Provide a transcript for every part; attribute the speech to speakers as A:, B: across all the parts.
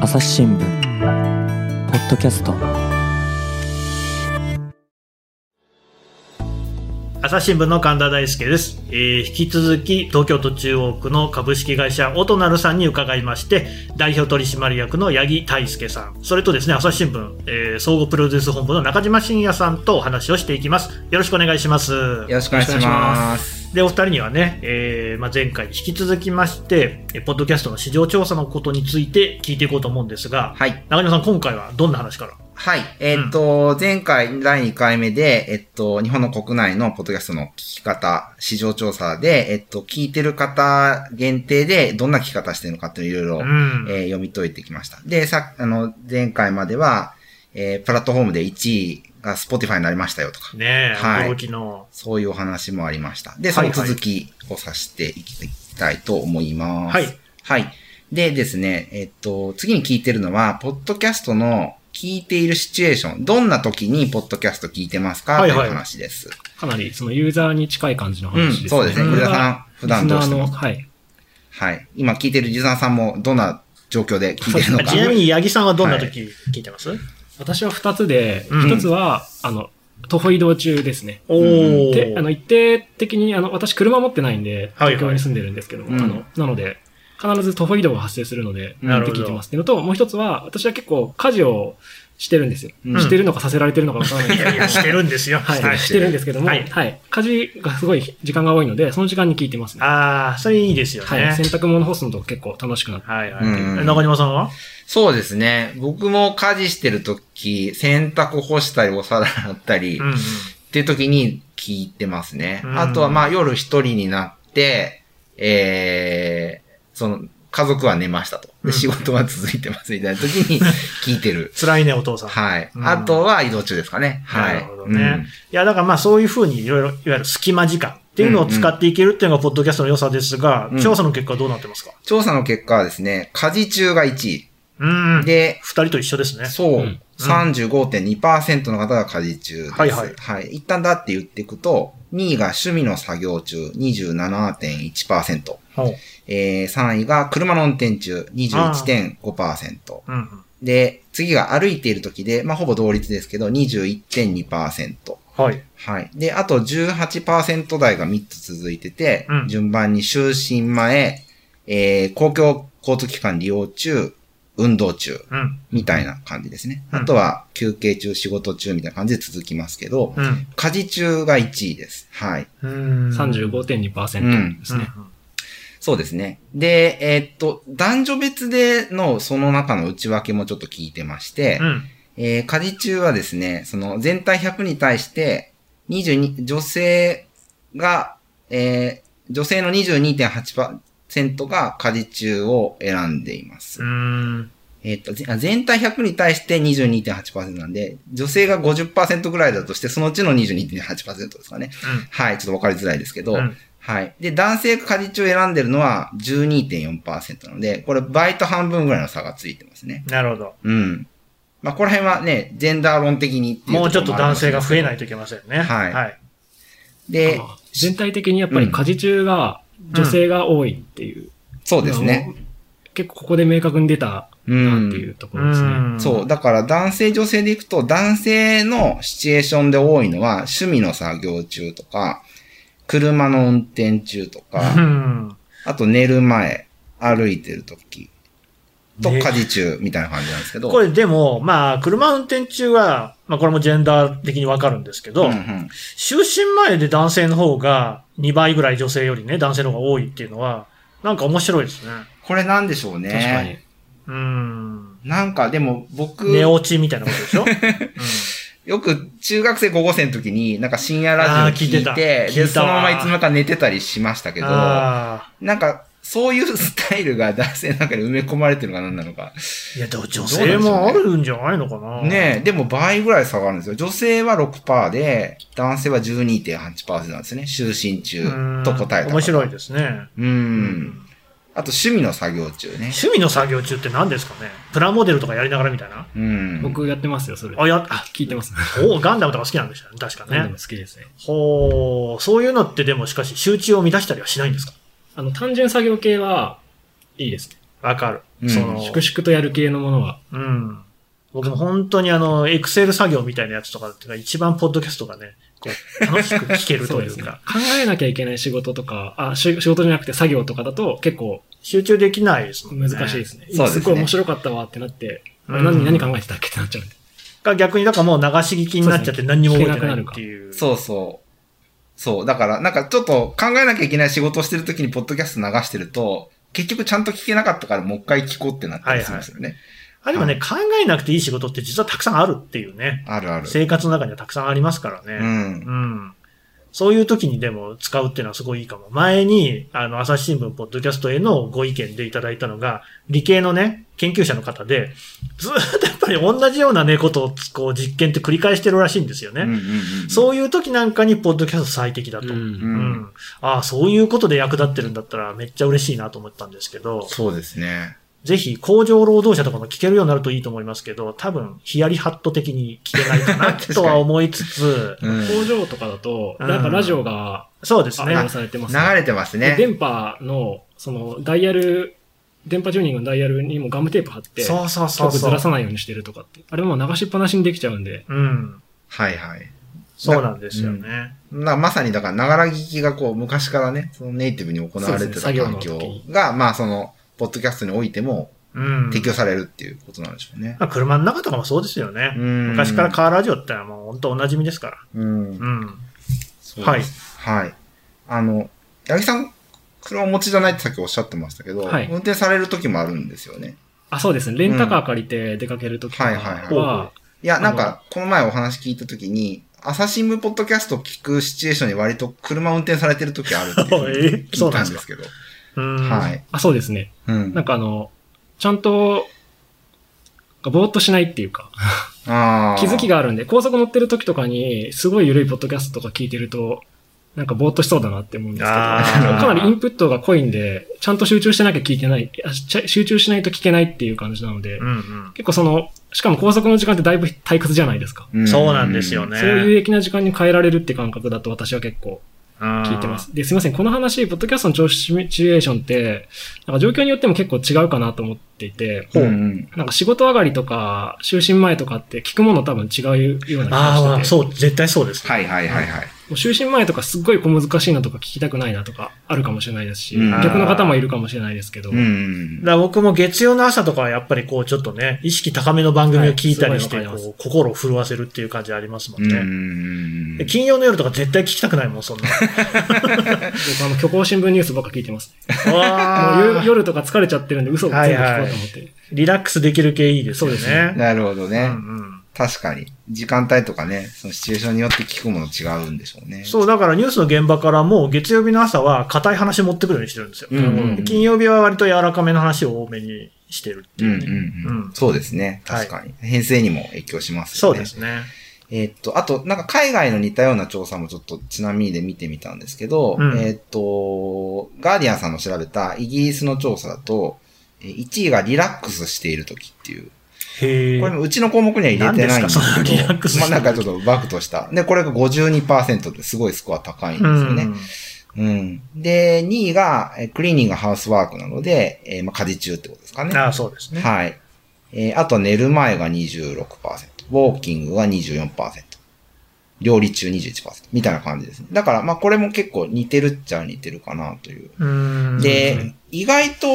A: 朝日新聞ポッドキャスト
B: 朝日新聞の神田大輔です、えー引き続き東京都中央区の株式会社オトナルさんに伺いまして代表取締役の八木大輔さんそれとですね朝日新聞、えー総合プロデュース本部の中島信也さんとお話をしていきますよろしくお願いします
C: よろしくお願いします。
B: でお二人にはね、えーまあ、前回に引き続きましてえーポッドキャストの市場調査のことについて聞いていこうと思うんですが、
C: はい。
B: 中島さん今回はどんな話から
C: はい。えーっと、前回、第2回目で、えっと、日本の国内のポッドキャストの聞き方、市場調査で、えっと、聞いてる方限定で、どんな聞き方してるのかといういろいろ、
B: うん
C: えー読み解いてきました。で、さ、あの、前回までは、えープラットフォームで1位が Spotify になりましたよとか、
B: ねえ、
C: はい
B: 驚きの
C: そういうお話もありました。で、
B: は
C: そ
B: いは
C: の
B: い
C: 続きをさせていきたいと思います。
B: はい。
C: はい。でですね、えっと、次に聞いてるのは、ポッドキャストの聞いているシチュエーション。どんな時にポッドキャスト聞いてますか、
B: はい
C: と
B: はい
C: いう話です。
D: かなりそのユーザーに近い感じの
C: うん、
D: 話ですね。
C: そうですね。
B: うん
C: ユーザーさん、普段どうして
D: リスナーの
C: ます
D: はい。
C: はい。今聞いてるユーザーさんもどんな状況で聞いてるの
B: あ
C: か。
B: ちなみに八木さんはどんな時聞いてます、
D: 私は二つで、
B: うん
D: 一つは、あの、徒歩移動中ですね。
B: おー
D: で、あの、一定的に、あの、私車持ってないんで、
B: はいはい
D: 東京に住んでるんですけども、
C: うん
D: あの、なので、必ず徒歩移動が発生するので、
B: なるほど
D: って聞いてますっていうのと、もう一つは、私は結構家事をしてるんですよ。
C: うん
D: してるのかさせられてるのかわからないんで
B: い
D: す
B: やい
D: けど
B: や、してるんですよ。
D: はい、してるんですけども、
B: は
D: はいい、家事がすごい時間が多いので、その時間に聞いてますね。
B: ああ、それいいですよね。
D: は、
B: はいい
D: 洗、濯物干すのとか結構楽しくなって。
B: はい、
C: うん
B: 中島さんは
C: そうですね。僕も家事してる時、洗濯干したり、お皿洗ったり、
B: うんうん。
C: っていう時に聞いてますね。
B: うん
C: あとはまあ夜一人になって、えー、その、家族は寝ましたと。
B: うん
C: で、仕事は続いてますみたいな時に聞い てる。
B: 辛いね、お父さん。
C: はい。
B: うん
C: あとは移動中ですかね。はい。
B: なるほどね。いや、だからまあそういうふうにいろいろ、いわゆる隙間時間っていうのを使っていけるっていうのが、ポッドキャストの良さですが、
C: うん
B: 調査の結果はどうなってますか
C: うん調査の結果はですね、家事中が1位。
B: うん。で、
C: で、
B: 二人と一緒ですね。
C: そう、
D: うん
C: 35.2%の方が家事中です。
B: はいはい
C: 一旦だって言っていくと、2位が趣味の作業中、27.1%。
B: ほう
C: えー、3位が車の運転中、21.5%。
B: うんうん。
C: で、次が歩いている時で、まあ、ほぼ同率ですけど、21.2%。
B: はい。
C: はい。で、あと18%台が3つ続いてて、
B: うん
C: 順番に就寝前、えー、公共交通機関利用中、運動中、
B: うん。
C: みたいな感じですね。
B: うん
C: あとは休憩中、仕事中みたいな感じで続きますけど、
B: うん。
C: 家事中が1位です。はい。
B: うん。
D: 35.2%ですね。
B: うん
C: そうですね。で、えーっと、男女別でのその中の内訳もちょっと聞いてまして、
B: うん。うん。
C: えー家事中はですね、その全体100に対して、22、女性が、えー女性の22.8%が家事中を選んでいます。
B: うん。
C: えーっと、ぜあ全体100に対して22.8%なんで、女性が50%ぐらいだとして、そのうちの22.8%ですかね。はい、ちょっとわかりづらいですけど、
B: うん
C: はい。で、男性が家事中を選んでるのは12.4%なので、これ倍と半分ぐらいの差がついてますね。
B: なるほど。
C: うん。まあ、この辺はね、ジェンダー論的にっていう
B: もうちょっと男性が増え
C: ない。
B: ないといけませんね。
C: はい
B: はい。
C: で
D: まあ、全体的にやっぱり家事中が女性が多いっていう。
C: そうですね。
D: 結構ここで明確に出た
C: う
D: なってい
C: ん。
D: うところですね。
B: うん。
C: そう。だから男性女性でいくと、男性のシチュエーションで多いのは、趣味の作業中とか、車の運転中と
B: う
C: か、
B: ん。
C: あと寝る前、歩いてる時と
B: ね
C: 家事中みたいな感じなんですけど。
B: これでも、まあ、車運転中は、まあ、これもジェンダー的にわかるんですけど、
C: うんうん
B: 就寝前で男性の方が2倍ぐらい女性よりね、男性の方が多いっていうのは、なんか面白いですね。
C: これなんでしょうね。
D: 確かに。
B: うん。
C: なんかでも僕、
B: 寝落ちみたいなことで しょ、
C: よく中学生高校生の時になんか深夜ラジオ聞いて、
B: あー聞いてた聞い
C: で、
B: た
C: そ
B: わ
C: のままいつの間にか寝てたりしました
B: う
C: け
B: ん、
C: ど、
B: ああ。
C: なんかそういうスタイルが男性の中に埋め込まれてるのが何なのか。
B: いや、でも女性もあるんじゃないのかな。
C: ねえ、でも倍ぐらい下がるんですよ。女性は6%で、男性は12.8%なんですね。就寝中
B: うん
C: と答えた。
B: 面白い
C: す。
B: ですね。
C: う。。
B: うん
C: あと趣味の作業中ね。
B: 趣味の作業中って何ですかねプラモデルとかやりながらみたいな。
C: うん。
D: 僕やってますよ、それ。
B: あ、や、あ、
D: 聞いてます。
B: おガンダムとか好きなんでしたね。確か
D: 何で
B: ね
D: も。好きですね。
B: ほう、そういうのってでもしかし集中を乱したりはしないんですか
D: あの、単純作業系はいいですね。
B: わかる。
C: うん
B: その、
D: 粛々とやる系のものは。
B: うん。僕も本当にあの、エクセル作業みたいなやつとかっていうか、一番ポッドキャストがね、こう、楽しく聞ける
D: そ
B: と
D: う
B: い
D: で
B: う
D: すね。考
B: か、
D: えなきゃいけない仕事とか、あ、し仕事じゃなくて作業とかだと結構
B: 集中できないですもんね。
D: 難しいですね。
C: そうですね
D: すっごい面白かったわってなって、あれ
B: うん
D: 何何考えてたっけってなっちゃうんで。
B: が逆に、だからもう流し聞きになっちゃって
D: そうですね
B: 何にも覚えてないっていう。
C: そうそう。そう。だから、なんかちょっと考えなきゃいけない仕事をしてるときにポッドキャスト流してると、結局ちゃんと聞けなかったからもう一回聞こうってなったりするんですよね。
B: あ、でもね、考えなくていい仕事って実はたくさんあるっていうね。
C: あるある。
B: 生活の中にはたくさんありますから
C: う
B: ね。
C: ん。
B: うん。そういう時にでも使うっていうのはすごいいいかも。前に、あの、朝日新聞ポッドキャストへのご意見でいただいたのが、理系のね、研究者の方で、ずーっとやっぱり同じようなね、ことを、こう、実験って繰り返してるらしいんですよね。
C: うんうんうん
B: そういう時なんかにポッドキャスト最適だと。
C: う。
B: うんん。ああ、そういうことで役立ってるんだったらめっちゃ嬉しいなと思ったんですけど、
C: そうですね。
B: ぜひ工場労働者とかも聞けるようになるといいと思いますけど、多分ヒヤリハット的に聞けないかな
C: 確かに
B: とは思いつ つ、
C: うん
D: 工場とかだと、
B: うん
D: なんかラジオが
B: そうです
D: 流
B: ね。
D: されてますね
C: 流れてます
D: で
C: ね。
D: 電波の、その、ダイヤル、電波チューニングのダイヤルにもガムテープ貼って、
B: そうそうそう
D: 曲ず
B: そ
D: らさ
B: う。
D: ないようにしてるとかって。あれもう流しっぱなしにできちゃうんで、
B: うん。
C: はいはい。
B: そうなんですよね。
C: なまさにだから、ながら聞きがこう、昔からね、そのネイティブに行われて
D: そ
C: た
D: うですね
C: 環境
D: 作業の時
C: が、まあその、ポッドキャストにおいても
B: うん。
C: 適用されるっていうことなんでしょうね。
B: まあ車の中とかもそうですよね。
C: うん
B: 昔からカーラジオってのはもう本当お馴染みですから。
C: うん。
B: うん。
C: そう
B: はい
C: で。すはい。あの、八木さん、車お持ちじゃないってさっきおっしゃってましたけど、
D: はい
C: 運転される時もあるんですよね。
D: あ、そうですね。レンタカー借りて出かけるときとか
C: うんはいはい
B: はい
D: は、
C: いや、なん
D: あ
C: か、この前お話聞いた時に、朝日新聞ポッドキャストを聞くシチュエーションに割と車運転されてる時あるっていうふうに
B: え
C: 聞
B: そう
C: い
B: なん
C: た
B: で
C: ん
B: す
C: で
B: か
C: すけど。
B: うん。
C: はい。
D: あ、そうですね。
C: うん。
D: なんかあの、ちゃんと、ぼーっとしないっていうか、
C: ああ。
D: 気づき
C: が。
D: があるんで、高速乗ってる時とかに、すごい緩いポッドキャストとか聞いてると、なんかぼーっとしそうだなって思うんですけど、
B: あ
C: ー
D: かなりインプットが濃いんで、ちゃんと集中してなきゃ聞いてない、あし集中しないと聞けないっていう感じなので、
B: うんうん。
D: 結構その、しかも高速の時間ってだいぶ退屈じゃないですか。
B: そうなんですよね。
D: そういう有益な時間に変えられるって感覚だと私は結構聞
B: 聞
D: いてま。す。で、すいません。この話、ポッドキャストの調子シミュレーションって、なんか状況によっても結構違うかなと思っていて、
C: うんうん。
D: なんか仕事上がりとか、就寝前とかって聞くもの多分違うような気がして
B: あ
D: て
B: あ、そう、絶対そうです。
C: はいはいはいはい。
D: もう就寝前とかすっごい小難しいのとか聞きたくないなとかあるかもしれないですし、
C: うん
D: 逆の方もいるかもしれないですけど、
C: うんうん
B: だから僕も月曜の朝とかはやっぱりこうちょっとね、意識高めの番組を聞いたりして、
D: はいすごいわかり
B: こう心を震わせるっていう感じありますも
C: うんん。うんう
B: ね。
C: んう
B: で
C: ん。
B: 金曜の夜とか絶対聞きたくないもん、そんな
D: 僕あの虚構新聞ニュースばっか聞いてます、ね。
B: の。わ
D: もう夜
B: ー
D: 夜とか疲れちゃってるんで嘘を全部聞こうと思って。
B: リラックスできる系いいですよね。
D: そうですね
C: なるほど
B: う
C: ね。
B: んうん
C: 確かに。時間帯とかね、そのシチュエーションによって聞くもの違うんでしょうね。
B: そう、だからニュースの現場からもう月曜日の朝は硬い話持ってくるようにしてるんですよ。
C: うんうんうん
B: 金曜日は割と柔らかめの話を多めにしてるって
C: う
B: い
C: ん
B: うね。
C: うん
B: う
C: うんん。そうですね。
B: はい
C: 確かに。編成にも影響します
B: そう
C: よね。
B: で。すね。
C: えーっと、あと、なんか海外の似たような調査もちょっとちなみにで見てみたんですけど、
B: うん
C: えーっと、ガーディアンさんの調べたイギリスの調査だと、えー1位がリラックスしている時っていう。
B: へえ。
C: これもうちの項目には入れてないんですけ
B: 何ですかその
C: ど、
B: リラックスしてる
C: まあ
B: 時
C: なんかちょっとバクとした。で、これが52%ってすごいスコア高いんですよね。うん。で、2位が、えークリーニングハウスワークなので、えーまあ、家事中ってことですか
B: う
C: ね。
B: んああ、そうですね。
C: はい。えーあと寝る前が26%、ウォーキングが24%、料理中21%、みたいな感じですね。だから、まあこれも結構似てるっちゃ似てるかなという。
B: うん。
C: で、意外と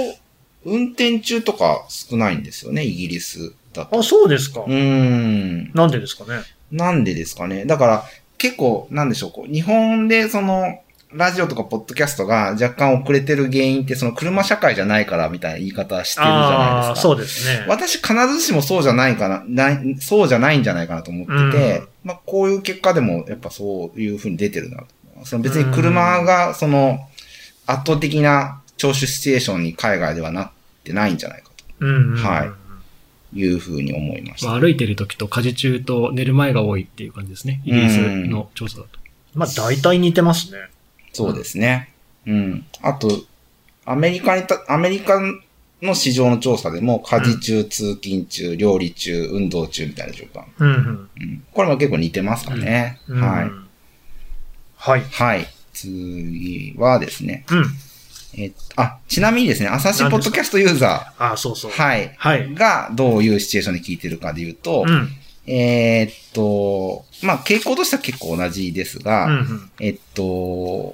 C: 運転中とか少ないんですよね、イギリスだと。
B: あ、そうですか。
C: うーん。
B: なんでですかね。
C: なんでですかね。だから、結構、なんでしょう、こう、日本でその、ラジオとかポッドキャストが若干遅れてる原因って、その車社会じゃないからみたいな言い方してるじゃな
B: あ
C: いで
B: あ、
C: すか。
B: そうですね。
C: 私必ずしもそうじゃないかな、ない、そうじゃないんじゃないかなと思ってて、
B: うん
C: まあこういう結果でもやっぱそういう風に出てるな。その別に車がその圧倒的な聴取シチュエーションに海外ではなってないんじゃないか
B: うんうんうん、
C: はいという風に思いました。
D: まあ、歩いてる時と家事中と寝る前が多いっていう感じですね。イギリスの調査だと。
B: まあ、大体似てますね。
C: そうですね。うん。あと、アメリカにた、アメリカの市場の調査でも家事中、通勤中、料理中、運動中みたいな状況。
B: うんうん。
C: うん。これも結構似てますかね。
B: うん
C: はい。。
B: はい。
C: はい。次はですね、
B: うん。
C: えっとあ、ちなみにですね、朝日ポッドキャストユーザ
B: ああ、そうそう。
C: ー、
B: はい。
C: はい、がどういうシチュエーションで聞いてるかで言うと、
B: うん。うん
C: えーっと、まあ、傾向としては結構同じですが、
B: うん。
C: えっと、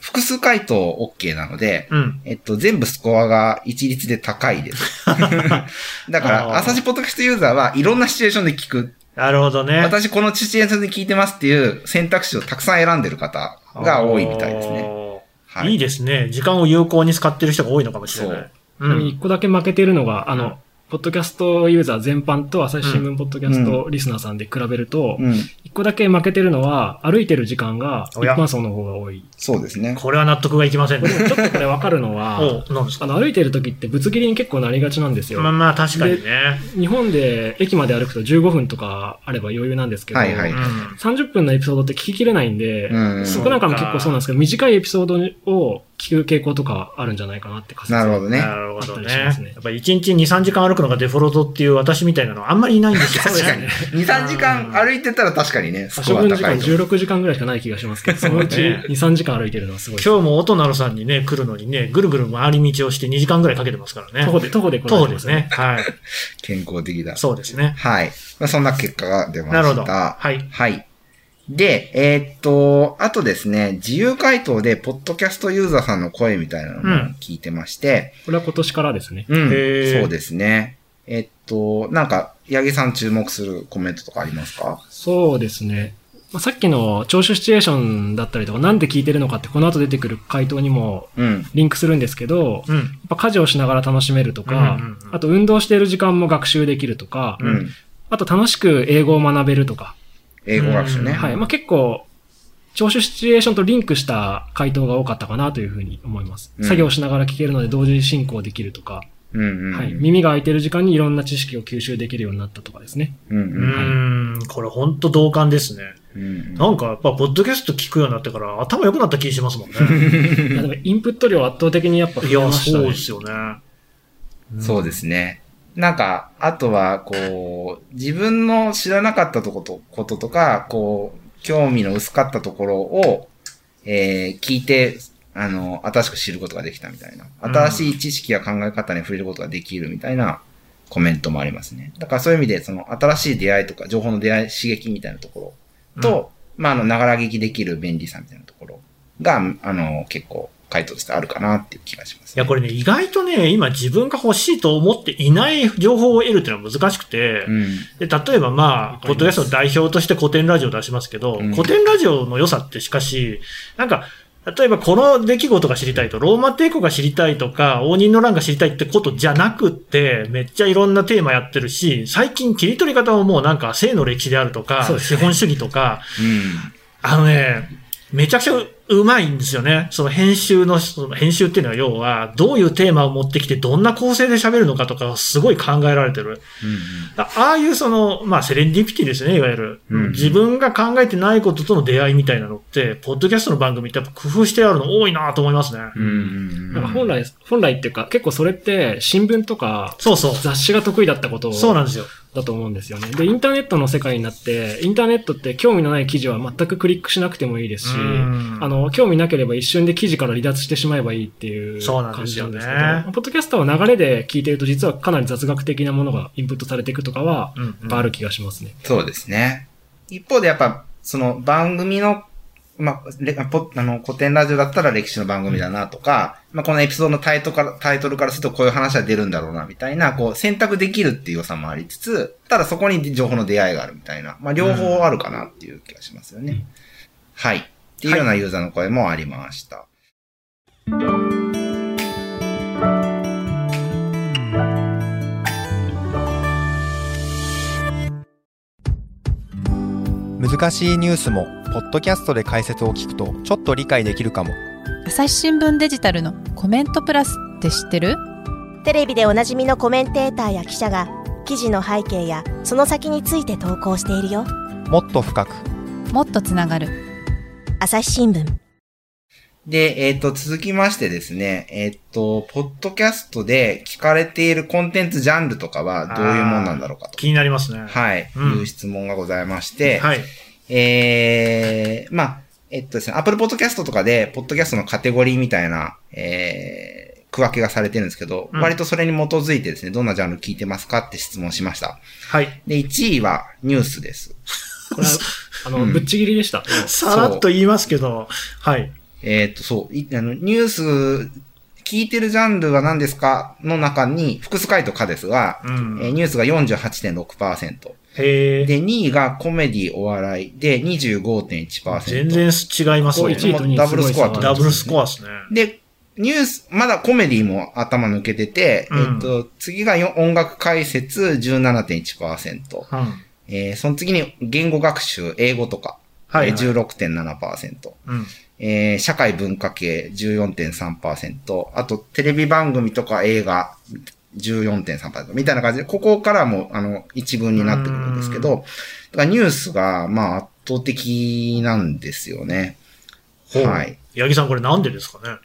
C: 複数回答 OK なので、
B: うん。
C: えっと、全部スコアが一律で高い です。だか
B: あー
C: ら、朝日ポッドキャストユーザーはいろんなシチュエーションで聞く。
B: なるほどね。
C: 私、このシチュエーションで聞いてますっていう選択肢をたくさん選んでる方が多いみたいですね。
B: ね。、
C: はい
B: い
C: い。
B: ですね。時間を有効に使ってる人が多いのかもしれない。う
D: ちなみに
B: ん。
D: 一個だけ負けてるのが、あの、ポッドキャストユーザー全般と朝日新聞ポッドキャストリスナーさんで比べると、
C: うん。
D: 一個だけ負けてるのは、歩いてる時間が一
B: おや
D: 般層の方が多い。
C: そうですね。
B: これは納得がいきません
D: これ
B: ね。
D: でもちょっとこれわかるのは、
B: おなんです
D: あ
B: か
D: の、歩いてる時ってぶつ切りに結構なりがちなんですよ。
B: まあまあ、確かにね。
D: 日本で駅まで歩くと15分とかあれば余裕なんですけど、
C: はいは
B: う
C: い
B: ん。
D: 30分のエピソードって聞ききれないんで、
C: うん。
D: そこなんかも結構そうなんですけど、短いエピソードを聞く傾向とかあるんじゃないかなって仮説
C: なるほどね。
B: なるほどね。
D: あったりしますね
B: やっぱり1日2、3時間歩くのがデフォルトっていう私みたいなのはあんまりいないんですよ。
C: 確かに。2、3時間歩いてたら確かにね、ス
D: 足
C: コア
D: 分時
C: 高
D: 間
C: いと思う。
D: 16時間ぐらいしかない気がしますけど、そのうち
B: ね
D: 2、3時間歩いてるのはすごいです。
B: 今日も音なるさんにね、来るのにね、ぐるぐる回り道をして2時間ぐらいかけてますから
D: 徒
B: ね。
D: 歩で、徒歩で来ら
B: 徒
D: れ
B: 歩
D: て
B: で
D: ますすね。
B: ね。はい。
C: 健康的だ。
B: そうですね。
C: はい。まあそんな結果が出ました。
B: なるほど。はい。
C: はい。で、えーっと、あとですね、自由回答で、ポッドキャストユーザーさんの声みたいなのも聞いてまして、
D: これは今年からですね。
C: うん、
B: へー
C: そうですね。えーっと、なんか、八木さん注目するコメントとかありますか
D: そうですね。まあさっきの聴取シチュエーションだったりとか、なんで聞いてるのかって、この後出てくる回答にも
C: うん。
D: リンクするんですけど、やっ
B: うん。
D: ぱ家事をしながら楽しめるとか
B: うんうんうん、
D: あと運動している時間も学習できるとか
C: う、ん。
D: あと楽しく英語を学べるとか、
C: 英語学習ね。
B: うん
D: はい。まあ、結構、聴取シチュエーションとリンクした回答が多かったかなというふうに思います。
C: うん
D: 作業しながら聞けるので同時進行できるとか、
C: うんうん。
D: はい。耳が開いてる時間にいろんな知識を吸収できるようになったとかですね。
C: うんう
B: うんーん。これ本当同感ですね。
C: うん。
B: なんかやっぱ、ポッドキャスト聞くようになってから頭良くなった気しますもんね。
D: いやでもインプット量圧倒的にやっぱ増
B: い
D: え
B: や、
D: ました
B: そう
D: ね
B: で。すよね。
C: そうですね。なんか、あとは、こう、自分の知らなかったとこと、こととか、こう、興味の薄かったところを、えー聞いて、あの、新しく知ることができたみたいな。
B: うん
C: 新しい知識や考え方に触れることができるみたいなコメントもありますね。だからそういう意味で、その、新しい出会いとか、情報の出会い、刺激みたいなところと、まあ、あの、ながら聞きできる便利さみたいなところが、あの、結構、回答としてあるかなっていう気がします、
B: いや、これね、意外とね、今自分が欲しいと思っていない情報を得るっていうのは難しくて、
C: うん。
B: で例えばま
D: わ
B: あ、
D: かります
B: ポッドキャストの代表として古典ラジオを出しますけど、
C: うん
B: 古典ラジオの良さってしかし、なんか、例えばこの出来事が知りたいと、ローマ帝国が知りたいとか、応仁の乱が知りたいってことじゃなくって、めっちゃいろんなテーマやってるし、最近切り取り方ももうなんか性の歴史であるとか、
D: そうです
B: 資
D: ね
B: 本主義とか、
C: うん。
B: あのね、めちゃくちゃううまいんですよね。その編集の、その編集っていうのは要は、どういうテーマを持ってきて、どんな構成で喋るのかとか、すごい考えられてる。
C: うんうん
B: あああいうその、まあセレンディピティですね、いわゆる。
C: うん
B: 自分が考えてないこととの出会いみたいなのって、ポッドキャストの番組ってやっぱ工夫してあるの多いなと思いますね。
C: うん
D: なんか本来、本来っていうか、結構それって新聞とか
B: そうそう。
D: 雑誌が得意だったことを
B: そうなんですよ。
D: だと思うんですよね。で、インターネットの世界になって、インターネットって興味のない記事は全くクリックしなくてもいいですし
B: うん、
D: あの、興味なければ一瞬で記事から離脱してしまえばいいっていう
B: そうなん
D: 感
B: です
D: じ
B: よ
D: なん
B: ね
D: ですけど、ポッドキャストは流れで聞いてると実はかなり雑学的なものがインプットされていくとかは、
B: うんうん
D: やっぱある気がしますね。
C: そうですね。一方でやっぱ、その番組の、まあ、れポあの古典ラジオだったら歴史の番組だなとか、まあ、このエピソードのタイトルからタイトルからするとこういう話は出るんだろうなみたいな、こう選択できるっていう良さもありつつ、ただそこに情報の出会いがあるみたいな、まあ、両方あるかなっていう気がしますよね。
D: うん
C: はい。っていうようなユーザーの声もありました。
E: 難しいニュースもポッドキャストで解説を聞くとちょっと理解できるかも
F: 朝日新聞デジタルのコメントプラスって知ってる
G: テレビでおなじみのコメンテーターや記者が記事の背景やその先について投稿しているよ
E: もっと深く
F: もっとつながる
G: 朝日新聞
C: で、えっ、と、続きましてですね、えっ、と、ポッドキャストで聞かれているコンテンツジャンルとかはどういうもんなんだろうかと。
B: 気になりますね。
C: はい、
B: うん
C: いう質問がございまして、
B: はい。
C: えー、まあ、えっとですね、Apple Podcast とかで、ポッドキャストのカテゴリーみたいな、えー、区分けがされてるんですけど、
B: うん
C: 割とそれに基づいてですね、どんなジャンル聞いてますかって質問しました。
B: はい。
C: で、1位はニュースです。
D: これは、あの、
C: うん
D: ぶっちぎりでした。
B: さらっと言いますけど、はい。
C: えーっと、そう、いあの、ニュース、聞いてるジャンルは何ですかの中に、複数回とかですが、
B: うん
C: えーニュースが48.6%。
B: へえ。
C: で、2位がコメディお笑いで25.1%。
B: 全然違います
D: こう
B: ね。
D: 1位と2位
C: ダブルスコアと
B: ダブルスコアですね。
C: で、ニュース、まだコメディも頭抜けてて、
B: うん
C: えっと、次がよ音楽解説17.1%。
B: うん。
C: えーその次に言語学習、英語とか、
B: はい
C: えー16.7%。
B: うん。
C: えー社会文化系14.3%。あと、テレビ番組とか映画14.3%。みたいな感じで、ここからも、あの、一文になってくるんですけど、だからニュースが、まあ、圧倒的なんですよね。
B: ほう
C: はい。
B: 八木さん、これなんでですかね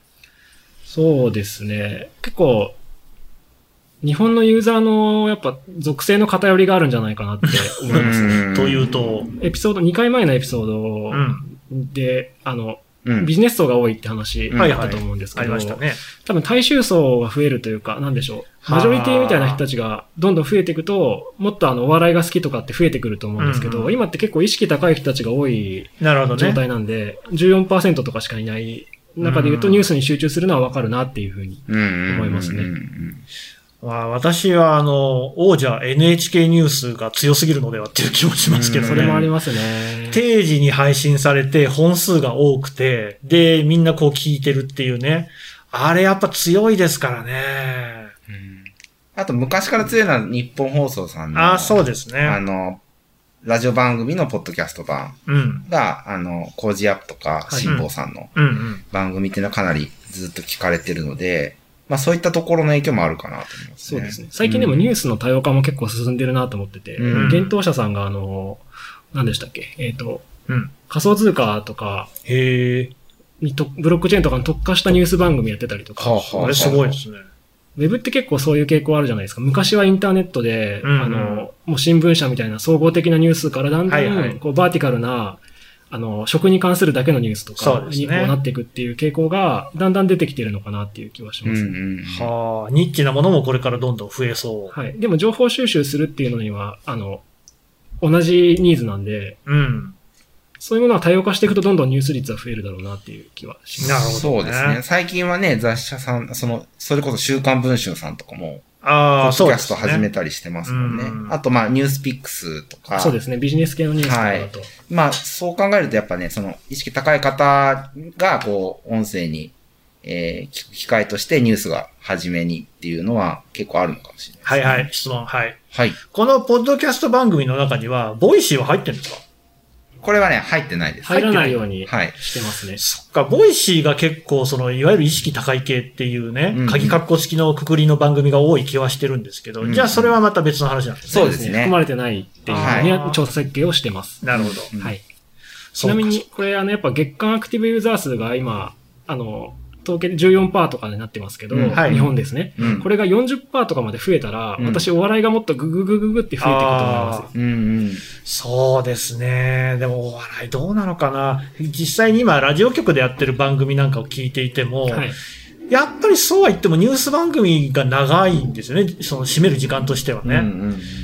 D: そうですね。結構、日本のユーザーの、やっぱ、属性の偏りがあるんじゃないかなって思いますね。
B: というと、
D: エピソード、2回前のエピソ
B: う
D: ー
B: ん。
D: ドで、あの、
C: うん、
D: ビジネス層が多いって話
C: うん
D: あったと思うんです
B: あ
D: け
B: り
D: ど、
B: ましたね。
D: 多分大衆層が増えるというか、なんでしょう。
B: はあ
D: マジョリティみたいな人たちがどんどん増えていくと、もっとあの、お笑いが好きとかって増えてくると思うんですけ
B: うん
D: ど、
B: うん
D: 今って結構意識高い人たちが多い
B: なるほど
D: 状
B: ね。
D: 態なんで、14%とかしかいない中で言うと、
B: うん
D: ニュースに集中するのはわかるなっていうふうに。
C: 思
D: 思いますね
B: まあ、私は、あの、王者 NHK ニュースが強すぎるのではっていう気もしますけどね。
C: うん
D: それもありますね。
B: 定時に配信されて本数が多くて、で、みんなこう聞いてるっていうね。あれやっぱ強いですからね。
C: あと、昔から強いのは日本放送さんの、
B: ああ、そうです
C: あ
B: ね。
C: の、ラジオ番組のポッドキャスト版
B: うん。
C: が、あの、コージアップとか、
D: い
C: 辛坊さんの
B: うんうん。
C: 番組っていうのはかなりずっと聞かれてるので、まあそういったところの影響もあるかなと思います
D: そ
C: ね。
D: うですね。最近でもニュースの多様化も結構進んでるなと思ってて、
C: うん
D: 幻冬者さんがあの、何でしたっけえっ、と、
B: うん。
D: 仮想通貨とか
B: へえ。
D: にと、ブロックチェーンとかに特化したニュース番組やってたりと
C: はあ
D: か、
C: はあはあ
B: あれすごいですね。
D: ウェブって結構そういう傾向あるじゃないですか。昔はインターネットで、
B: うんうん
D: あの、もう新聞社みたいな総合的なニュースからだんだ
B: はいはい
D: ん、こう、バーティカルな、あの、食に関するだけのニュースと
B: そう
D: か
B: ですね
D: にこうなっていくっていう傾向が、だんだん出てきてるのかなっていう気はし
C: うん
D: ま
C: う
D: すね。
C: んうん。
B: はあ、ニッチなものもこれからどんどん増えそ
D: はい。でも情報収集するっていうのには、あの、同じニーズなんで、
B: う。うん。
D: そういうものは多様化していくとどんどんニュース率は増えるだろうなっていう気はします。
B: なるほどね
C: そうですね。最近はね、雑誌さん、その、それこそ週刊文春さんとかも、ポ
B: ああ、
C: ッ
B: そ
C: ド
B: うで
C: キャス
B: す
C: ト
B: ね。
C: 始めたりしてますもんね。
B: うん
C: あと、まあ、ニュースピックスとか、
D: そうですね。ビジネス系のニュースとかだと。
C: まあ、そう考えるとやっぱね、その、意識高い方が、こう、音声に、えー聞く機会としてニュースが初めにっていうのは結構あるのかもしれない。
B: はいはい、質問。はい。
C: はい。
B: このポッドキャスト番組の中には、ボイシーは入ってるんですか
C: これはね、入ってないです。
D: 入らないように
C: はい。
D: してますね。
B: そっか、ボイシーが結構、その、いわゆる意識高い系っていうね、
C: うん
B: 鍵括弧式のくくりの番組が多い気はしてるんですけど、
C: うん
B: じゃあそれはまた別の話なんですね。
C: そうですね
D: 含まれてないっていうの
B: は
D: に
B: い
D: 調査設計をしてます。
B: なるほど。
C: うん
D: はい。ち
B: そう
D: な
B: か
D: みに、、これ、あの、やっぱ月間アクティブユーザー数が今、あの、統計で14%とかになってますけど、
C: うん
B: はい
D: 日本ですね。
C: うん
D: これが40%とかまで増えたら、
C: うん
D: 私、お笑いがもっとグググググって増えていくと思いますよ。
C: うんうん。
B: そうですね。でも、お笑いどうなのかな。実際に今、ラジオ局でやってる番組なんかを聞いていても、
D: はい。
B: やっぱりそうは言ってもニュース番組が長いんですよね。その、占める時間としてはね。
C: うんう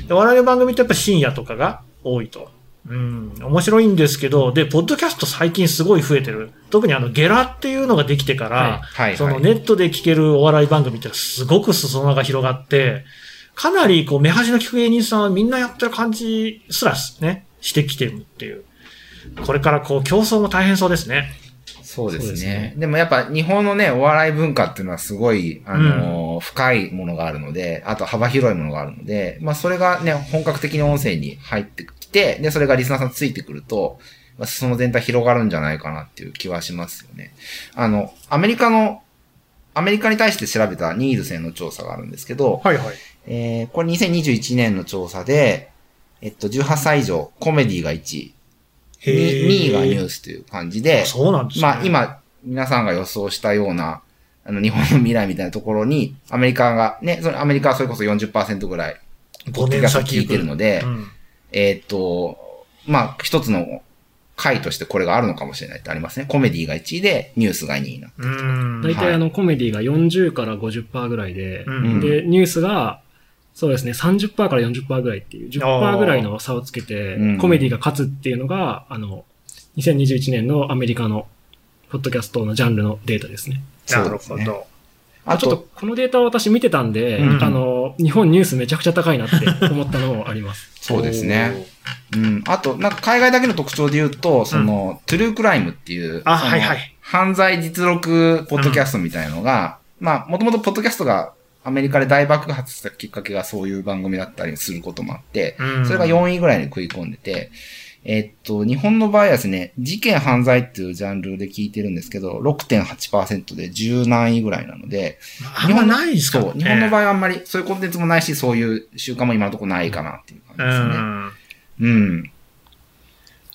C: ん
B: で我々の番組ってやっぱ深夜とかが多いと。うん、面白いんですけど、で、ポッドキャスト最近すごい増えてる。特にあの、ゲラっていうのができてから、
D: はい
C: はいはい
B: そのネットで聞けるお笑い番組ってすごく裾野が広がって、かなりこう、目端の聞く芸人さんはみんなやってる感じすらすね、してきてるっていう。これからこう、競争も大変そうですね。
C: そうです
D: そ
C: ね。
D: うです
C: で
D: ね
C: もやっぱ日本のね、お笑い文化っていうのはすごい、あのー深いものがあるので、あと幅広いものがあるので、まあそれがね、本格的に音声に入ってきて、で、それがリスナーさんついてくると、まあ、その全体広がるんじゃないかなっていう気はしますよね。あの、アメリカの、アメリカに対して調べたニールセンの調査があるんですけど、
B: はいはい。
C: えーこれ2021年の調査で、えっと、18歳以上、コメディが1位、
B: へー
C: 2, 位がニュースという感じで、
B: そうなんですね。
C: まあ、今、皆さんが予想したような、あの、日本の未来みたいなところに、アメリカが、ね、そのアメリカはそれこそ40%ぐらい、
B: 5年先
C: ポッドキャスト聞いてるので
B: うん
C: えーっと、まあ、一つの回としてこれがあるのかもしれないってありますね。コメディが1位で、ニュースが2位な。
B: うーん。
D: 大体あのコメディが40から50%ぐらいで、
B: うん
D: で、ニュースが、そうですね、30%から40%ぐらいっていう、
B: あー
D: 10%ぐらいの差をつけて
C: うん、
D: コメディが勝つっていうのが、あの、2021年のアメリカの、ポッドキャストのジャンルのデータですね。
B: な
C: そう
B: る
C: です
B: ほ
C: ね
B: ど。
C: あ
D: ちょっ
C: と
D: と、このデータを私見てたんで、
C: うん
D: あの、日本ニュースめちゃくちゃ高いなって思ったのもあります。
C: そうですね。うん。あと、なんか海外だけの特徴で言うと、その、トゥルークライムっていう、
B: あ
C: その
B: はいはい
C: 犯罪実録ポッドキャストみたいのが、まあ、もともとポッドキャストがアメリカで大爆発したきっかけがそういう番組だったりすることもあって、
B: うん
C: それが4位ぐらいに食い込んでて、えっと、日本の場合はですね、事件犯罪っていうジャンルで聞いてるんですけど、6.8%で10何位ぐらいなので、
B: あんまないですか
C: そう、日本の
B: 合
C: 場合はあんまりそういうコンテンツもないし、そういう習慣も今のところないかなっていう
B: う
C: 感じですね。
B: ん。
C: うん。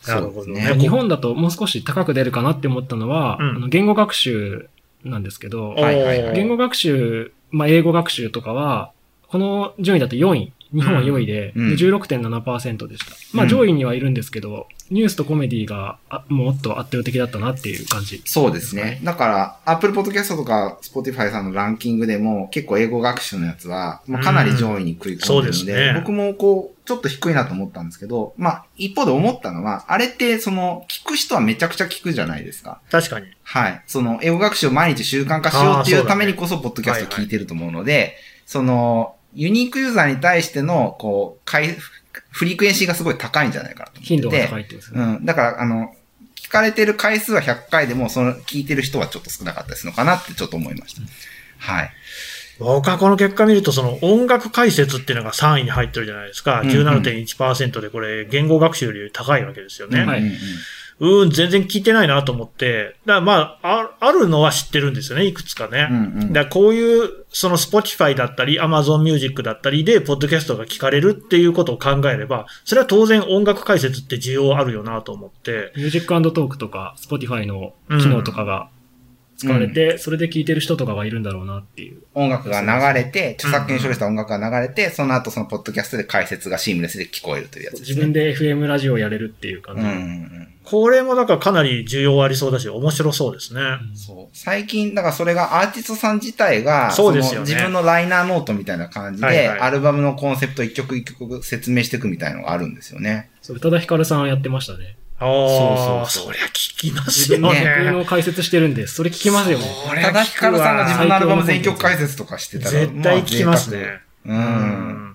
B: なるほどね
C: そうです
D: 日本だともう少し高く出るかなって思ったのは、
B: うん
D: あの言語学習なんですけど、
C: はいはいはい
D: 言語学習、まあ、英語学習とかは、この順位だと4位。日本は4位で、
C: うん
D: で16.7%でした。ま
C: う
D: あ
C: ん
D: 上位にはいるんですけど、ニュースとコメディがあもっと圧倒的だったなっていう感じ。
C: そうですね。だから、Apple Podcast とか Spotify さんのランキングでも結構英語学習のやつは、まあ、かなり上位に食い
B: う
C: 込んでる
B: んんそう
C: で、
B: ですね
C: 僕もこう、ちょっと低いなと思ったんですけど、まあ、一方で思ったのは、あれってその、聞く人はめちゃくちゃ聞くじゃないですか。
B: 確かに。
C: はい。その、英語学習を毎日習慣化しようっ
B: あ
C: てい
B: ーそう
C: う
B: だね
C: ためにこそ、ポッドキャスト聞いてると思うので、その、ユニークユーザーに対しての、こう、回復フリクエンシーがすごい高いんじゃないかなと思ってて。
D: 頻度が高いってことですね。
C: うん。だから、あの、聞かれてる回数は100回でも、その、聞いてる人はちょっと少なかったりするのかなってちょっと思いました。はい。
B: 僕はこの結果見ると、その音楽解説っていうのが3位に入ってるじゃないですか。
C: うんうん
B: 17.1%でこれ、言語学習より高いわけですよね。
C: うん
D: はい
C: うんうん
B: うーん、全然聞いてないなと思って。だからまあ、ああるのは知ってるんですよね、いくつかね。
C: うんうん
B: だからこういう、その Spotify だったり、Amazon Music だったりで、ポッドキャストが聞かれるっていうことを考えれば、それは当然音楽解説って需要あるよなと思って。
D: ミュージックトークとか、Spotify の機能とかが使われて、それで聞いてる人とかがいるんだろうなっていう。
C: 音楽が流れて、著作権処理した音楽が流れて、その後そのポッドキャストで解説がシームレスで聞こえるというやつです
D: 自
C: ね。
D: 分で FM ラジオやれるっていう感
C: う
D: じ。
C: んうん
B: これもだからかなり需要ありそうだし、面白そうですね。
C: うん。そう。最近、だからそれがアーティストさん自体が、
B: そうですよね
C: の自分のライナーノートみたいな感じで、
B: はいはい
C: アルバムのコンセプト一曲一曲説明していくみたいのがあるんですよね。
D: そう、宇多田ヒカルさんやってましたね。
B: ああ、
C: そうそ
B: そ
C: うそう
B: りゃ聞きます
D: 自
B: よ
D: 分の
B: ね。
D: 曲の解説してるんで、それ聞きますよね。
C: ただヒカルさんが自分のアルバム全曲解説とかしてたら、
B: 絶対聞きますね。
C: まあ。贅沢うん。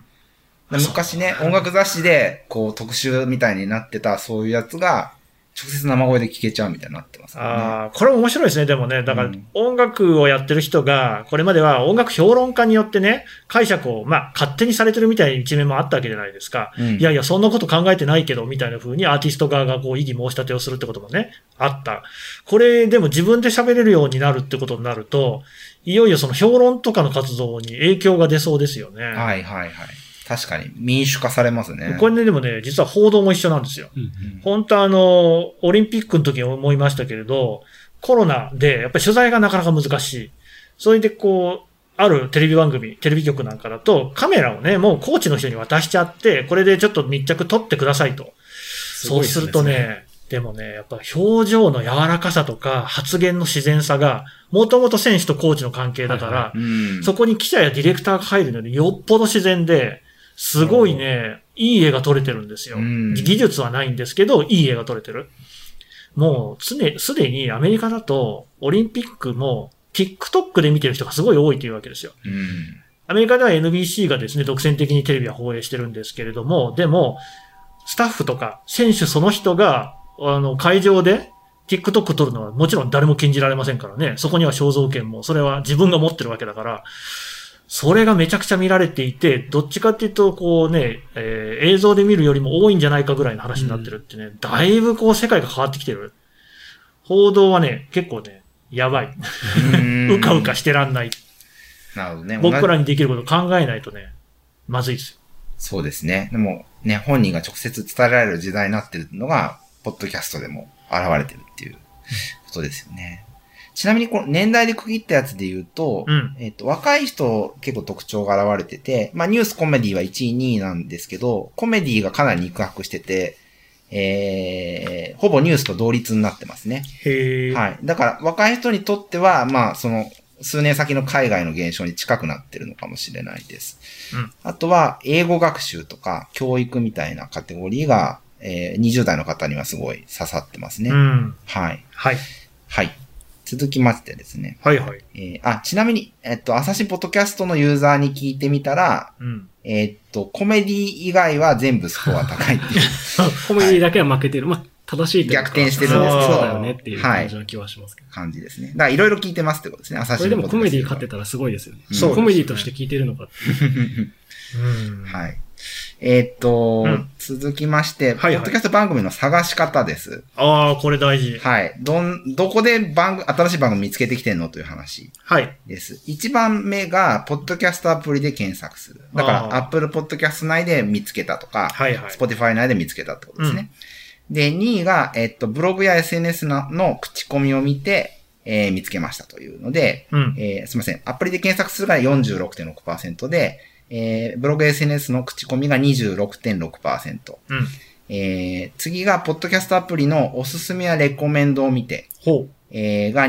C: で
B: あそう
C: 昔ね、音楽雑誌で、こう、特集みたいになってた、そういうやつが、直接生声で聞けちゃうみたいになってますからね。
B: ああ、これ面白いですね、でもね。だから
C: うん、
B: 音楽をやってる人が、これまでは音楽評論家によってね、解釈を、まあ、勝手にされてるみたいな一面もあったわけじゃないですか。
C: うん
B: いやいや、そんなこと考えてないけど、みたいな風にアーティスト側がこう、異議申し立てをするってこともね、あった。これ、でも自分で喋れるようになるってことになると、いよいよその評論とかの活動に影響が出そうですよね。
C: はいはいはい。確かに、民主化されますね。
B: これね、でもね、実は報道も一緒なんですよ。
C: うん
B: 本当あの、オリンピックの時に思いましたけれど、コロナでやっぱり取材がなかなか難しい。それでこう、あるテレビ番組、テレビ局なんかだと、カメラをね、もうコーチの人に渡しちゃって、これでちょっと密着撮ってくださいと。そうするとね、でもね、やっぱ表情の柔らかさとか発言の自然さが、もともと選手とコーチの関係だから、
D: はいは
C: うん。
B: そこに記者やディレクターが入るのによっぽど自然で、すごいね、いい絵が撮れてるんですよ。
C: うん
B: 技術はないんですけど、いい絵が撮れてる。もう、常、すでにアメリカだと、オリンピックも、TikTok で見てる人がすごい多いというわけですよ。
C: うん。
B: アメリカでは NBC がですね、独占的にテレビは放映してるんですけれども、でも、スタッフとか選手その人が、あの、会場で TikTok 撮るのはもちろん誰も禁じられませんからね。そこには肖像権も、それは自分が持ってるわけだから、それがめちゃくちゃ見られていて、どっちかっていうと、こうね、えー映像で見るよりも多いんじゃないかぐらいの話になってるってね、だいぶこう世界が変わってきてる。報道はね、結構ね、やばい。
C: うん
B: うかうかしてらんない。
C: なるほどね。
B: 僕
C: 同
B: ら
C: じ
B: にできることを考えないとね、まずいですよ。
C: そうですね。でも、ね、本人が直接伝えられる時代になってるのが、ポッドキャストでも現れてるっていうことですよね。ちなみに、この年代で区切ったやつで言うと、
B: うん
C: えっと、若い人結構特徴が現れてて、まあニュースコメディは1位、2位なんですけど、コメディがかなり肉薄してて、えー、ほぼニュースと同率になってますね。
B: へえ。
C: はい。だから、若い人にとっては、まあ、その、数年先の海外の現象に近くなってるのかもしれないです。
B: うん
C: あとは、英語学習とか、教育みたいなカテゴリーが、えー20代の方にはすごい刺さってますね。
B: うん。
C: はい。
B: はい。
C: はい。続きましてですね。
B: はいはい。
C: えーあ、ちなみに、えっと、朝日ポッドキャストのユーザーに聞いてみたら、
B: うん。
C: えーっと、コメディ以外は全部スコア高いっていう。
D: コメディだけは負けてる。まあ、正しいというか
C: 逆転してるんです
B: けど
D: そうだよねっていう感じの気はしますけど。
C: 感じですね。だからいろいろ聞いてますってことですね、朝
D: こ
C: 日
D: れ
C: の
D: で
C: ポッ
D: もコ
C: ドキ
D: メ
C: ャスト
D: ディ勝ってたらすごいですよね。
B: そうですね
D: コメディとして聞いてるのかって。
B: うん。
C: はい。えーっと、
B: うん
C: 続きまし
B: はい
C: て、
B: はい
C: ポッドキャスト番組の探し方です。
B: ああ、これ大事。
C: はい。どん、どこで番組、新しい番組見つけてきてんのという話
B: はい。
C: です。一番目が、ポッドキャストアプリで検索する。だか
B: あ
C: ら、
B: ー
C: Apple ポッドキャスト内で見つけたとか、
B: はいはい。
C: Spotify 内で見つけたってことですね。で、2位が、えっと、ブログや SNS のの口コミを見て、えー見つけましたというので、
B: うん。
C: えーすみません。アプリで検索するが46.6%で、えーブログ SNS の口コミが26.6%。
B: うん。
C: えー次が、ポッドキャストアプリのおすすめやレコメンドを見て、
B: ほ
C: えーが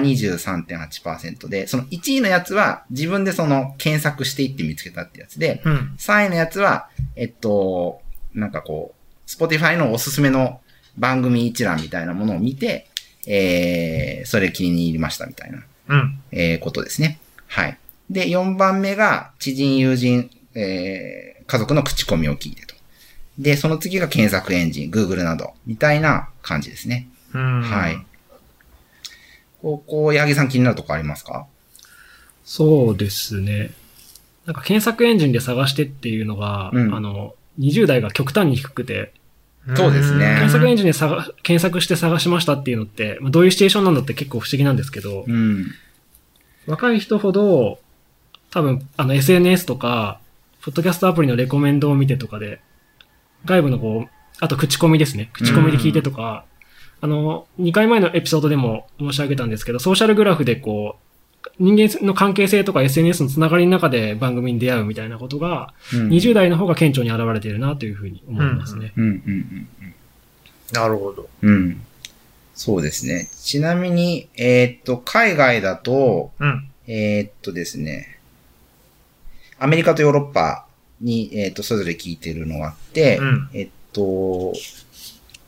C: 23.8%で、その1位のやつは自分でその検索していって見つけたってやつで、
B: う。うん。
C: 3位のやつは、えっと、なんかこう、Spotify のおすすめの番組一覧みたいなものを見て、えー、それ気に入りましたみたいな、
B: うん。
C: えー、ことですね。はい。で、4番目が、知人、友人、えー、家族の口コミを聞いてと。で、その次が検索エンジン、Google など、みたいな感じですね。
B: うん。
C: はい。ここ、八木さん気になるとこありますか
D: そうですね。なんか検索エンジンで探してっていうのが、
C: うん
D: あの、20代が極端に低くて、
B: ん
C: そうですね
D: 検索エンジンで探検索して探しましたっていうのって、まあ、どういうシチュエーションなんだって結構不思議なんですけど、
C: うん。
D: 若い人ほど、多分、あの、SNS とか、ポッドキャストアプリのレコメンドを見てとかで、外部のこう、あと口コミですね。口コミで聞いてとか、あの、2回前のエピソードでも申し上げたんですけど、ソーシャルグラフでこう、人間の関係性とか SNS のつながりの中で番組に出会うみたいなことが、
C: うん
D: 20代の方が顕著に現れているなというふうに思いますね。
C: うん、うん、うん。
B: なるほど。
C: うん。そうですね。ちなみに、えーっと、海外だと、
B: うん。
C: えーっとですね、アメリカとヨーロッパに、えーっと、それぞれ聞いてるのがあって、
B: うん
C: えーっと、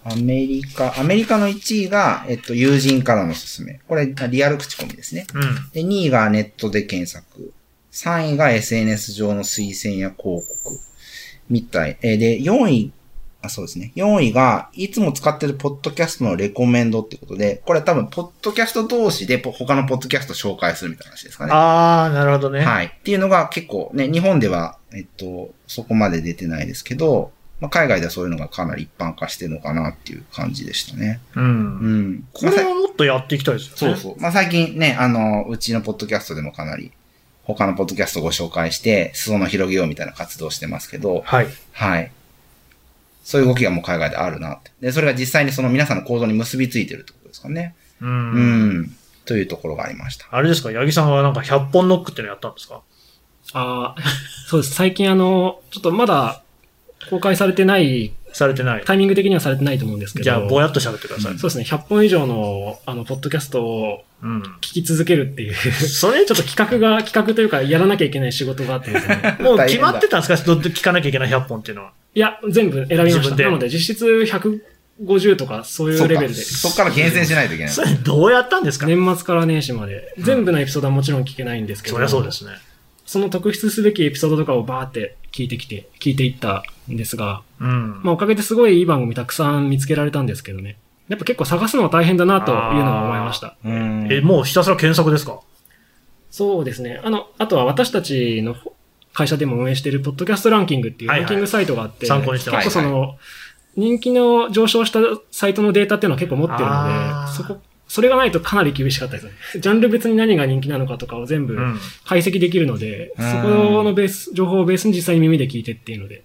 C: アメリカ、アメリカの1位が、えーっと、友人からのおすすめ。これ、リアル口コミですね。
B: うん。
C: で、2位がネットで検索。3位が SNS 上の推薦や広告。みたい。えーで、4位、あ、そうですね。4位が、いつも使ってるポッドキャストのレコメンドってことで、これは多分、ポッドキャスト同士でポ他のポッドキャスト紹介するみたいな話ですかね。
B: ああ、なるほどね。
C: はい。っていうのが結構ね、日本では、えっと、そこまで出てないですけど、まあ、海外ではそういうのがかなり一般化してるのかなっていう感じでしたね。
B: う。
C: うんん。
B: これはもっとやっていきたいですよ
C: そ
B: ね。
C: うそう。まあ、最近ね、あの、うちのポッドキャストでもかなり、他のポッドキャストをご紹介して、裾野を広げようみたいな活動をしてますけど、
B: はい。
C: はい。そういう動きがもう海外であるなって。で、それが実際にその皆さんの行動に結びついてるってことですかね。
B: う。
C: うんん。というところがありました。
B: あれですか、八木さんはなんか100本ノックってのやったんですか
D: ああ、そうです。最近あの、ちょっとまだ公開されてない、
B: されてない。
D: タイミング的にはされてないと思うんですけど。
B: じゃあ、ぼやっと喋ってください。
D: そうですね、100本以上の、あの、ポッドキャストを
B: うん。
D: 聞き続けるっていう、 ち
B: それ、ち
D: ょ
B: ょ
D: っ
B: っ
D: と企画が、企画というか、やらなきゃいけない仕事があってです ね。
B: と、もう
C: 大
B: 決
C: 変だ
B: まってたんですかど聞かなきゃいけない100本っていうのは。
D: いや、全部選びま
B: 自
D: した。
B: 分で
D: なので、実質150とか、そういうレベルで。
C: そっかそっから厳選しないといけない。
B: それ、どうやったんですか
D: 年末から年始まで、全部のエピソードはもちろん聞けないんですけど、
B: そりゃそうですね。
D: その特筆すべきエピソードとかをバーって聞いてきて、聞いていったんですが、
B: うん。
D: まあおかげですごいいい番組たくさん見つけられたんですけどね。やっぱ結構探すのは大変だなというのは思いました。
C: うん
B: え、もうひたすら検索ですか
D: そうですね。あの、あとは私たちの会社でも運営しているポッドキャストランキングっていう
B: はい
D: ラ
B: はい
D: ンキングサイトがあって、
B: 参考にしてます
D: 結構その、人気の上昇したサイトのデータっていうのは結構持ってる
B: あー
D: ので、そこ、それがないとかなり厳しかったですね。ジャンル別に何が人気なのかとかを全部
B: うん。
D: 解析できるので、
C: うん
D: そこのベース、情報をベースに実際に耳で聞いてっていうので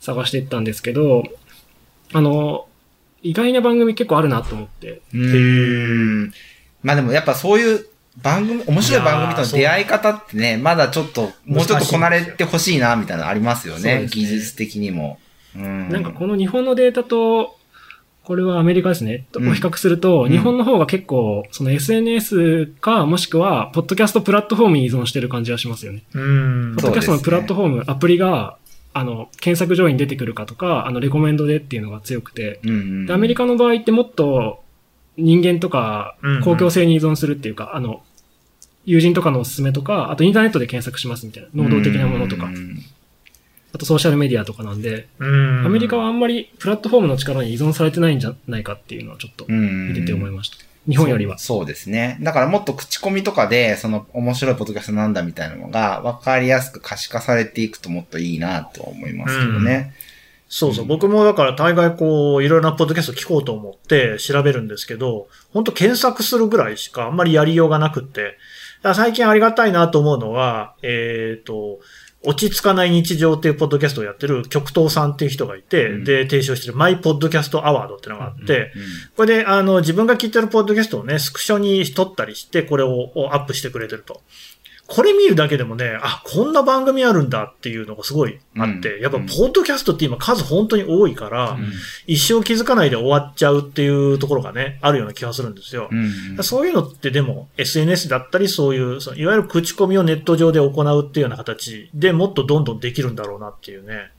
D: 探していったんですけど、あの、意外な番組結構あるなと思って、
C: うーん。まあでもやっぱそういう番組、面白い番組との出会い方ってね、まだちょっと、もうちょっとこなれてほしいな、みたいなのありますよ
D: そう
C: ね。
D: ですね
C: 技術的にも。うん。
D: なんかこの日本のデータと、これはアメリカですね。と
C: うん
D: 比較すると、
C: うん
D: 日本の方が結構、その SNS か、もしくは、ポッドキャストプラットフォームに依存してる感じはしますよね。
B: うん
D: ポッドキャストのプラットフォーム、アプリが、あの、検索上位に出てくるかとか、あの、レコメンドでっていうのが強くて、
C: うんうん。
D: でアメリカの場合ってもっと人間とか
B: うんうん
D: 公共性に依存するっていうか、あの、友人とかのおすすめとか、あとインターネットで検索しますみたいな、能動的なものとか
C: うんう、ん
D: あとソーシャルメディアとかなんで、
B: うん
D: アメリカはあんまりプラットフォームの力に依存されてないんじゃないかっていうのはちょっと
C: うんうん。
D: 見てて思いました。日本よりは。
C: そう。そうですね。だからもっと口コミとかで、その面白いポッドキャストなんだみたいなのが分かりやすく可視化されていくともっといいなとは思いますけどね。
B: そうそう。僕もだから大概こう、いろいろなポッドキャスト聞こうと思って調べるんですけど、本当検索するぐらいしかあんまりやりようがなくって。だから最近ありがたいなと思うのは、えっ、と、落ち着かない日常っていうポッドキャストをやってる極東さんっていう人がいて、
C: うん
B: で、提唱してるマイポッドキャストアワードっていうのがあって、
C: うん
B: これで、あの、自分が聞いてるポッドキャストをね、スクショに撮ったりして、これををアップしてくれてると。これ見るだけでもね、あ、こんな番組あるんだっていうのがすごいあって、
C: うん
B: やっぱ、
C: うん
B: ポッドキャストって今数本当に多いから、一生気づかないで終わっちゃうっていうところがね、あるような気がするんですよ。
C: うん
B: そういうのってでも SNS だったりそういう、そのいわゆる口コミをネット上で行うっていうような形でもっとどんどんできるんだろうなっていうね。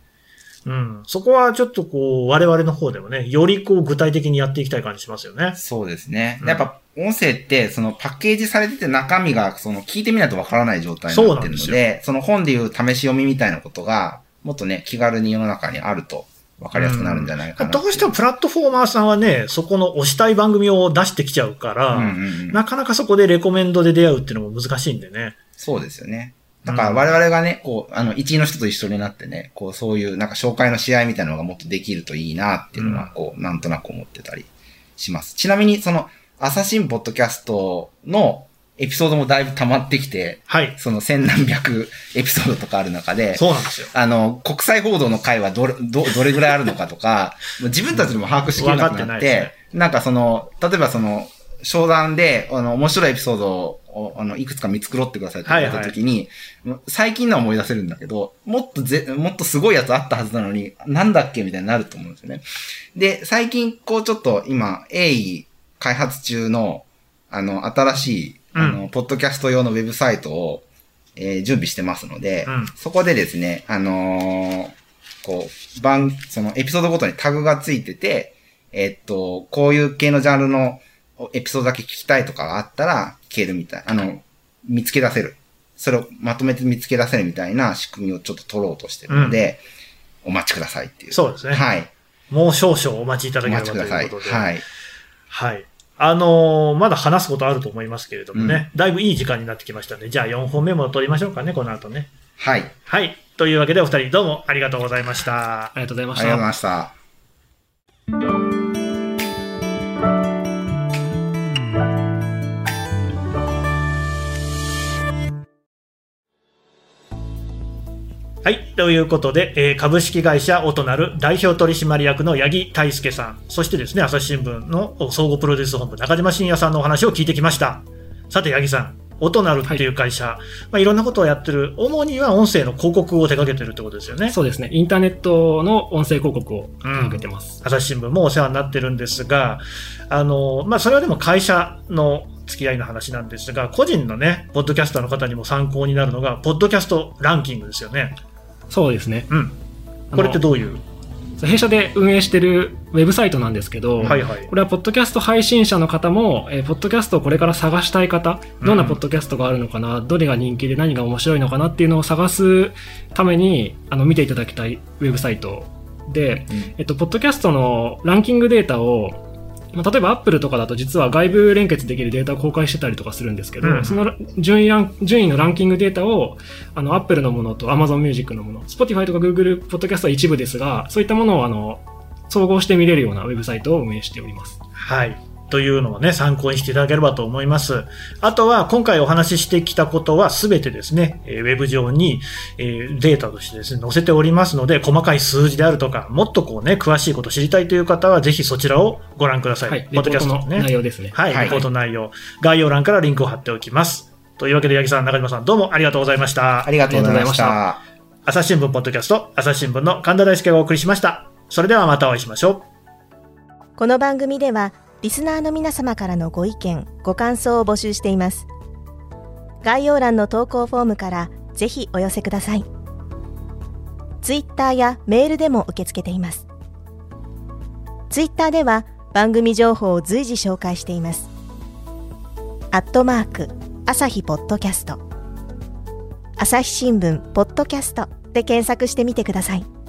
B: うん。そこはちょっとこう、我々の方でもね、よりこう具体的にやっていきたい感じしますよね。
C: そうですね。
B: うん
C: やっぱ、音声って、そのパッケージされてて中身が、その聞いてみないとわからない状態に
B: そ
C: な
B: う
C: っ
B: な
C: て
B: んで
C: るの
B: す
C: で、
B: よ
C: その本でいう試し読みみたいなことが、もっとね、気軽に世の中にあると、わかりやすくなるんじゃないかな
B: どうしても
C: プ
B: プラットフォーマーさんはね、そこの推したい番組を出してきちゃうから、なかなかそこでレコメンドで出会うっていうのも難しいんでね。
C: そうですよね。だから我々がね、こう、あの、一位の人と一緒になってね、こう、そういう、なんか紹介の試合みたいなのがもっとできるといいなっていうのは、
B: うん
C: こう、なんとなく思ってたりします。ちなみに、その、アサシンポッドキャストのエピソードもだいぶ溜まってきて、
B: はい。
C: その千何百エピソードとかある中で、
B: そうなんですよ。
C: あの、国際報道の会はどれ、ど、どれぐらいあるのかとか、 もう自分たちでも把握しきれ
B: 分
C: なく
B: かってな
C: なっ
B: い
C: て、
B: です
C: なんかその、例えばその、商談で、あの、面白いエピソードを、あの、いくつか見繕ってくださいって言われた時に、最近のは思い出せるんだけど、もっとぜ、もっとすごいやつあったはずなのに、なんだっけみたいになると思うんですよね。で、最近、こうちょっと今、鋭意開発中の、あの、新しい、あの、ポッドキャスト用のウェブサイトを、えー準備してますので、
B: うん
C: そこでですね、あのーこう、番、そのエピソードごとにタグがついてて、えっと、こういう系のジャンルのエピソードだけ聞きたいとかがあったら、聞けるみたい。あの、見つけ出せる。それをまとめて見つけ出せるみたいな仕組みをちょっと取ろうとしてるので、お待ちくださいっていう。
B: そうですね。
C: はい。
B: もう少々お待ちいた
C: お
B: だければ
C: 待
B: と
C: ちく
B: い
C: ださいう
B: ことで。
C: はい。
B: はい。あのーまだ話すことあると思いますけれどもね、だいぶいい時間になってきましたんで、じゃあ4本目も取りましょうかね、この後ね。
C: はい。あり
B: はい。というわけでお二人どうもありがとうございました
D: あ。りがとうございま
C: が
D: し
C: とうご
D: た
C: ざい。ました。
B: はい。ということで、えー株式会社オトナル代表取締役の八木大輔さん、そしてですね、朝日新聞の総合プロデュース本部中島信也さんのお話を聞いてきました。さて、八木さん。オトナルっていう会社、い、まあいろんなことをやってる、主には音声の広告を手掛けてるってことですよね。
D: そうですね。インターネットの音声広告を
B: うん
D: 受けてます。
B: 朝日新聞もお世話になってるんですが、あの、まあ、それはでも会社の付き合いの話なんですが、個人のね、ポッドキャスターの方にも参考になるのが、ポッドキャストランキングですよね。
D: そうですね。
B: うん。これってどういう
D: 弊社で運営してるウェブサイトなんですけど、
B: はいはい
D: こ。れはポッドキャスト配信者の方も、えーポッドキャストをこれから探したい方、どんなポッドキャストがあるのかな、どれが人気で何が面白いのかなっていうのを探すためにあの見ていただきたいウェブサイトで、
C: うん
D: えっと、ポッドキャストのランキングデータを、まあ、例えばアップルとかだと実は外部連結できるデータを公開してたりとかするんですけど、
B: うん
D: その順位ラン順位のランキングデータをあのアップルのものと Amazon Music のもの、Spotify とか Google ポッドキャストは一部ですが、そういったものをあの総合して見れるようなウェブサイトを運営しております。
B: はい。というのをね、参考にしていただければと思います。あとは、今回お話ししてきたことはすべてですね、えーウェブ上にえーデータとしてですね、載せておりますので、細かい数字であるとか、もっとこうね、詳しいこと知りたいという方は、ぜひそちらをご覧ください。
D: はい、
B: ポッ
D: レポ
B: ドキ
D: ー
B: ャ
D: ト
B: スト
D: の
B: のね。
D: 内容ですね。
B: はい、
C: はい
B: レポート内容、概要欄からリンクを貼っておきます。というわけで、八木さん、中島さん、どうもありがとうございました
C: あ。りがとうございまし
D: あり
C: た。
B: 朝日新聞ポッドキャスト、朝日新聞の神田大輔がお送りしました。それではまたお会いしましょう。
G: この番組ではリスナーの皆様からのご意見ご感想を募集しています概要欄の投稿フォームからぜひお寄せくださいツイッターやメールでも受け付けていますツイッターでは番組情報を随時紹介していますアットマーク朝日ポッドキャスト朝日新聞ポッドキャストで検索してみてください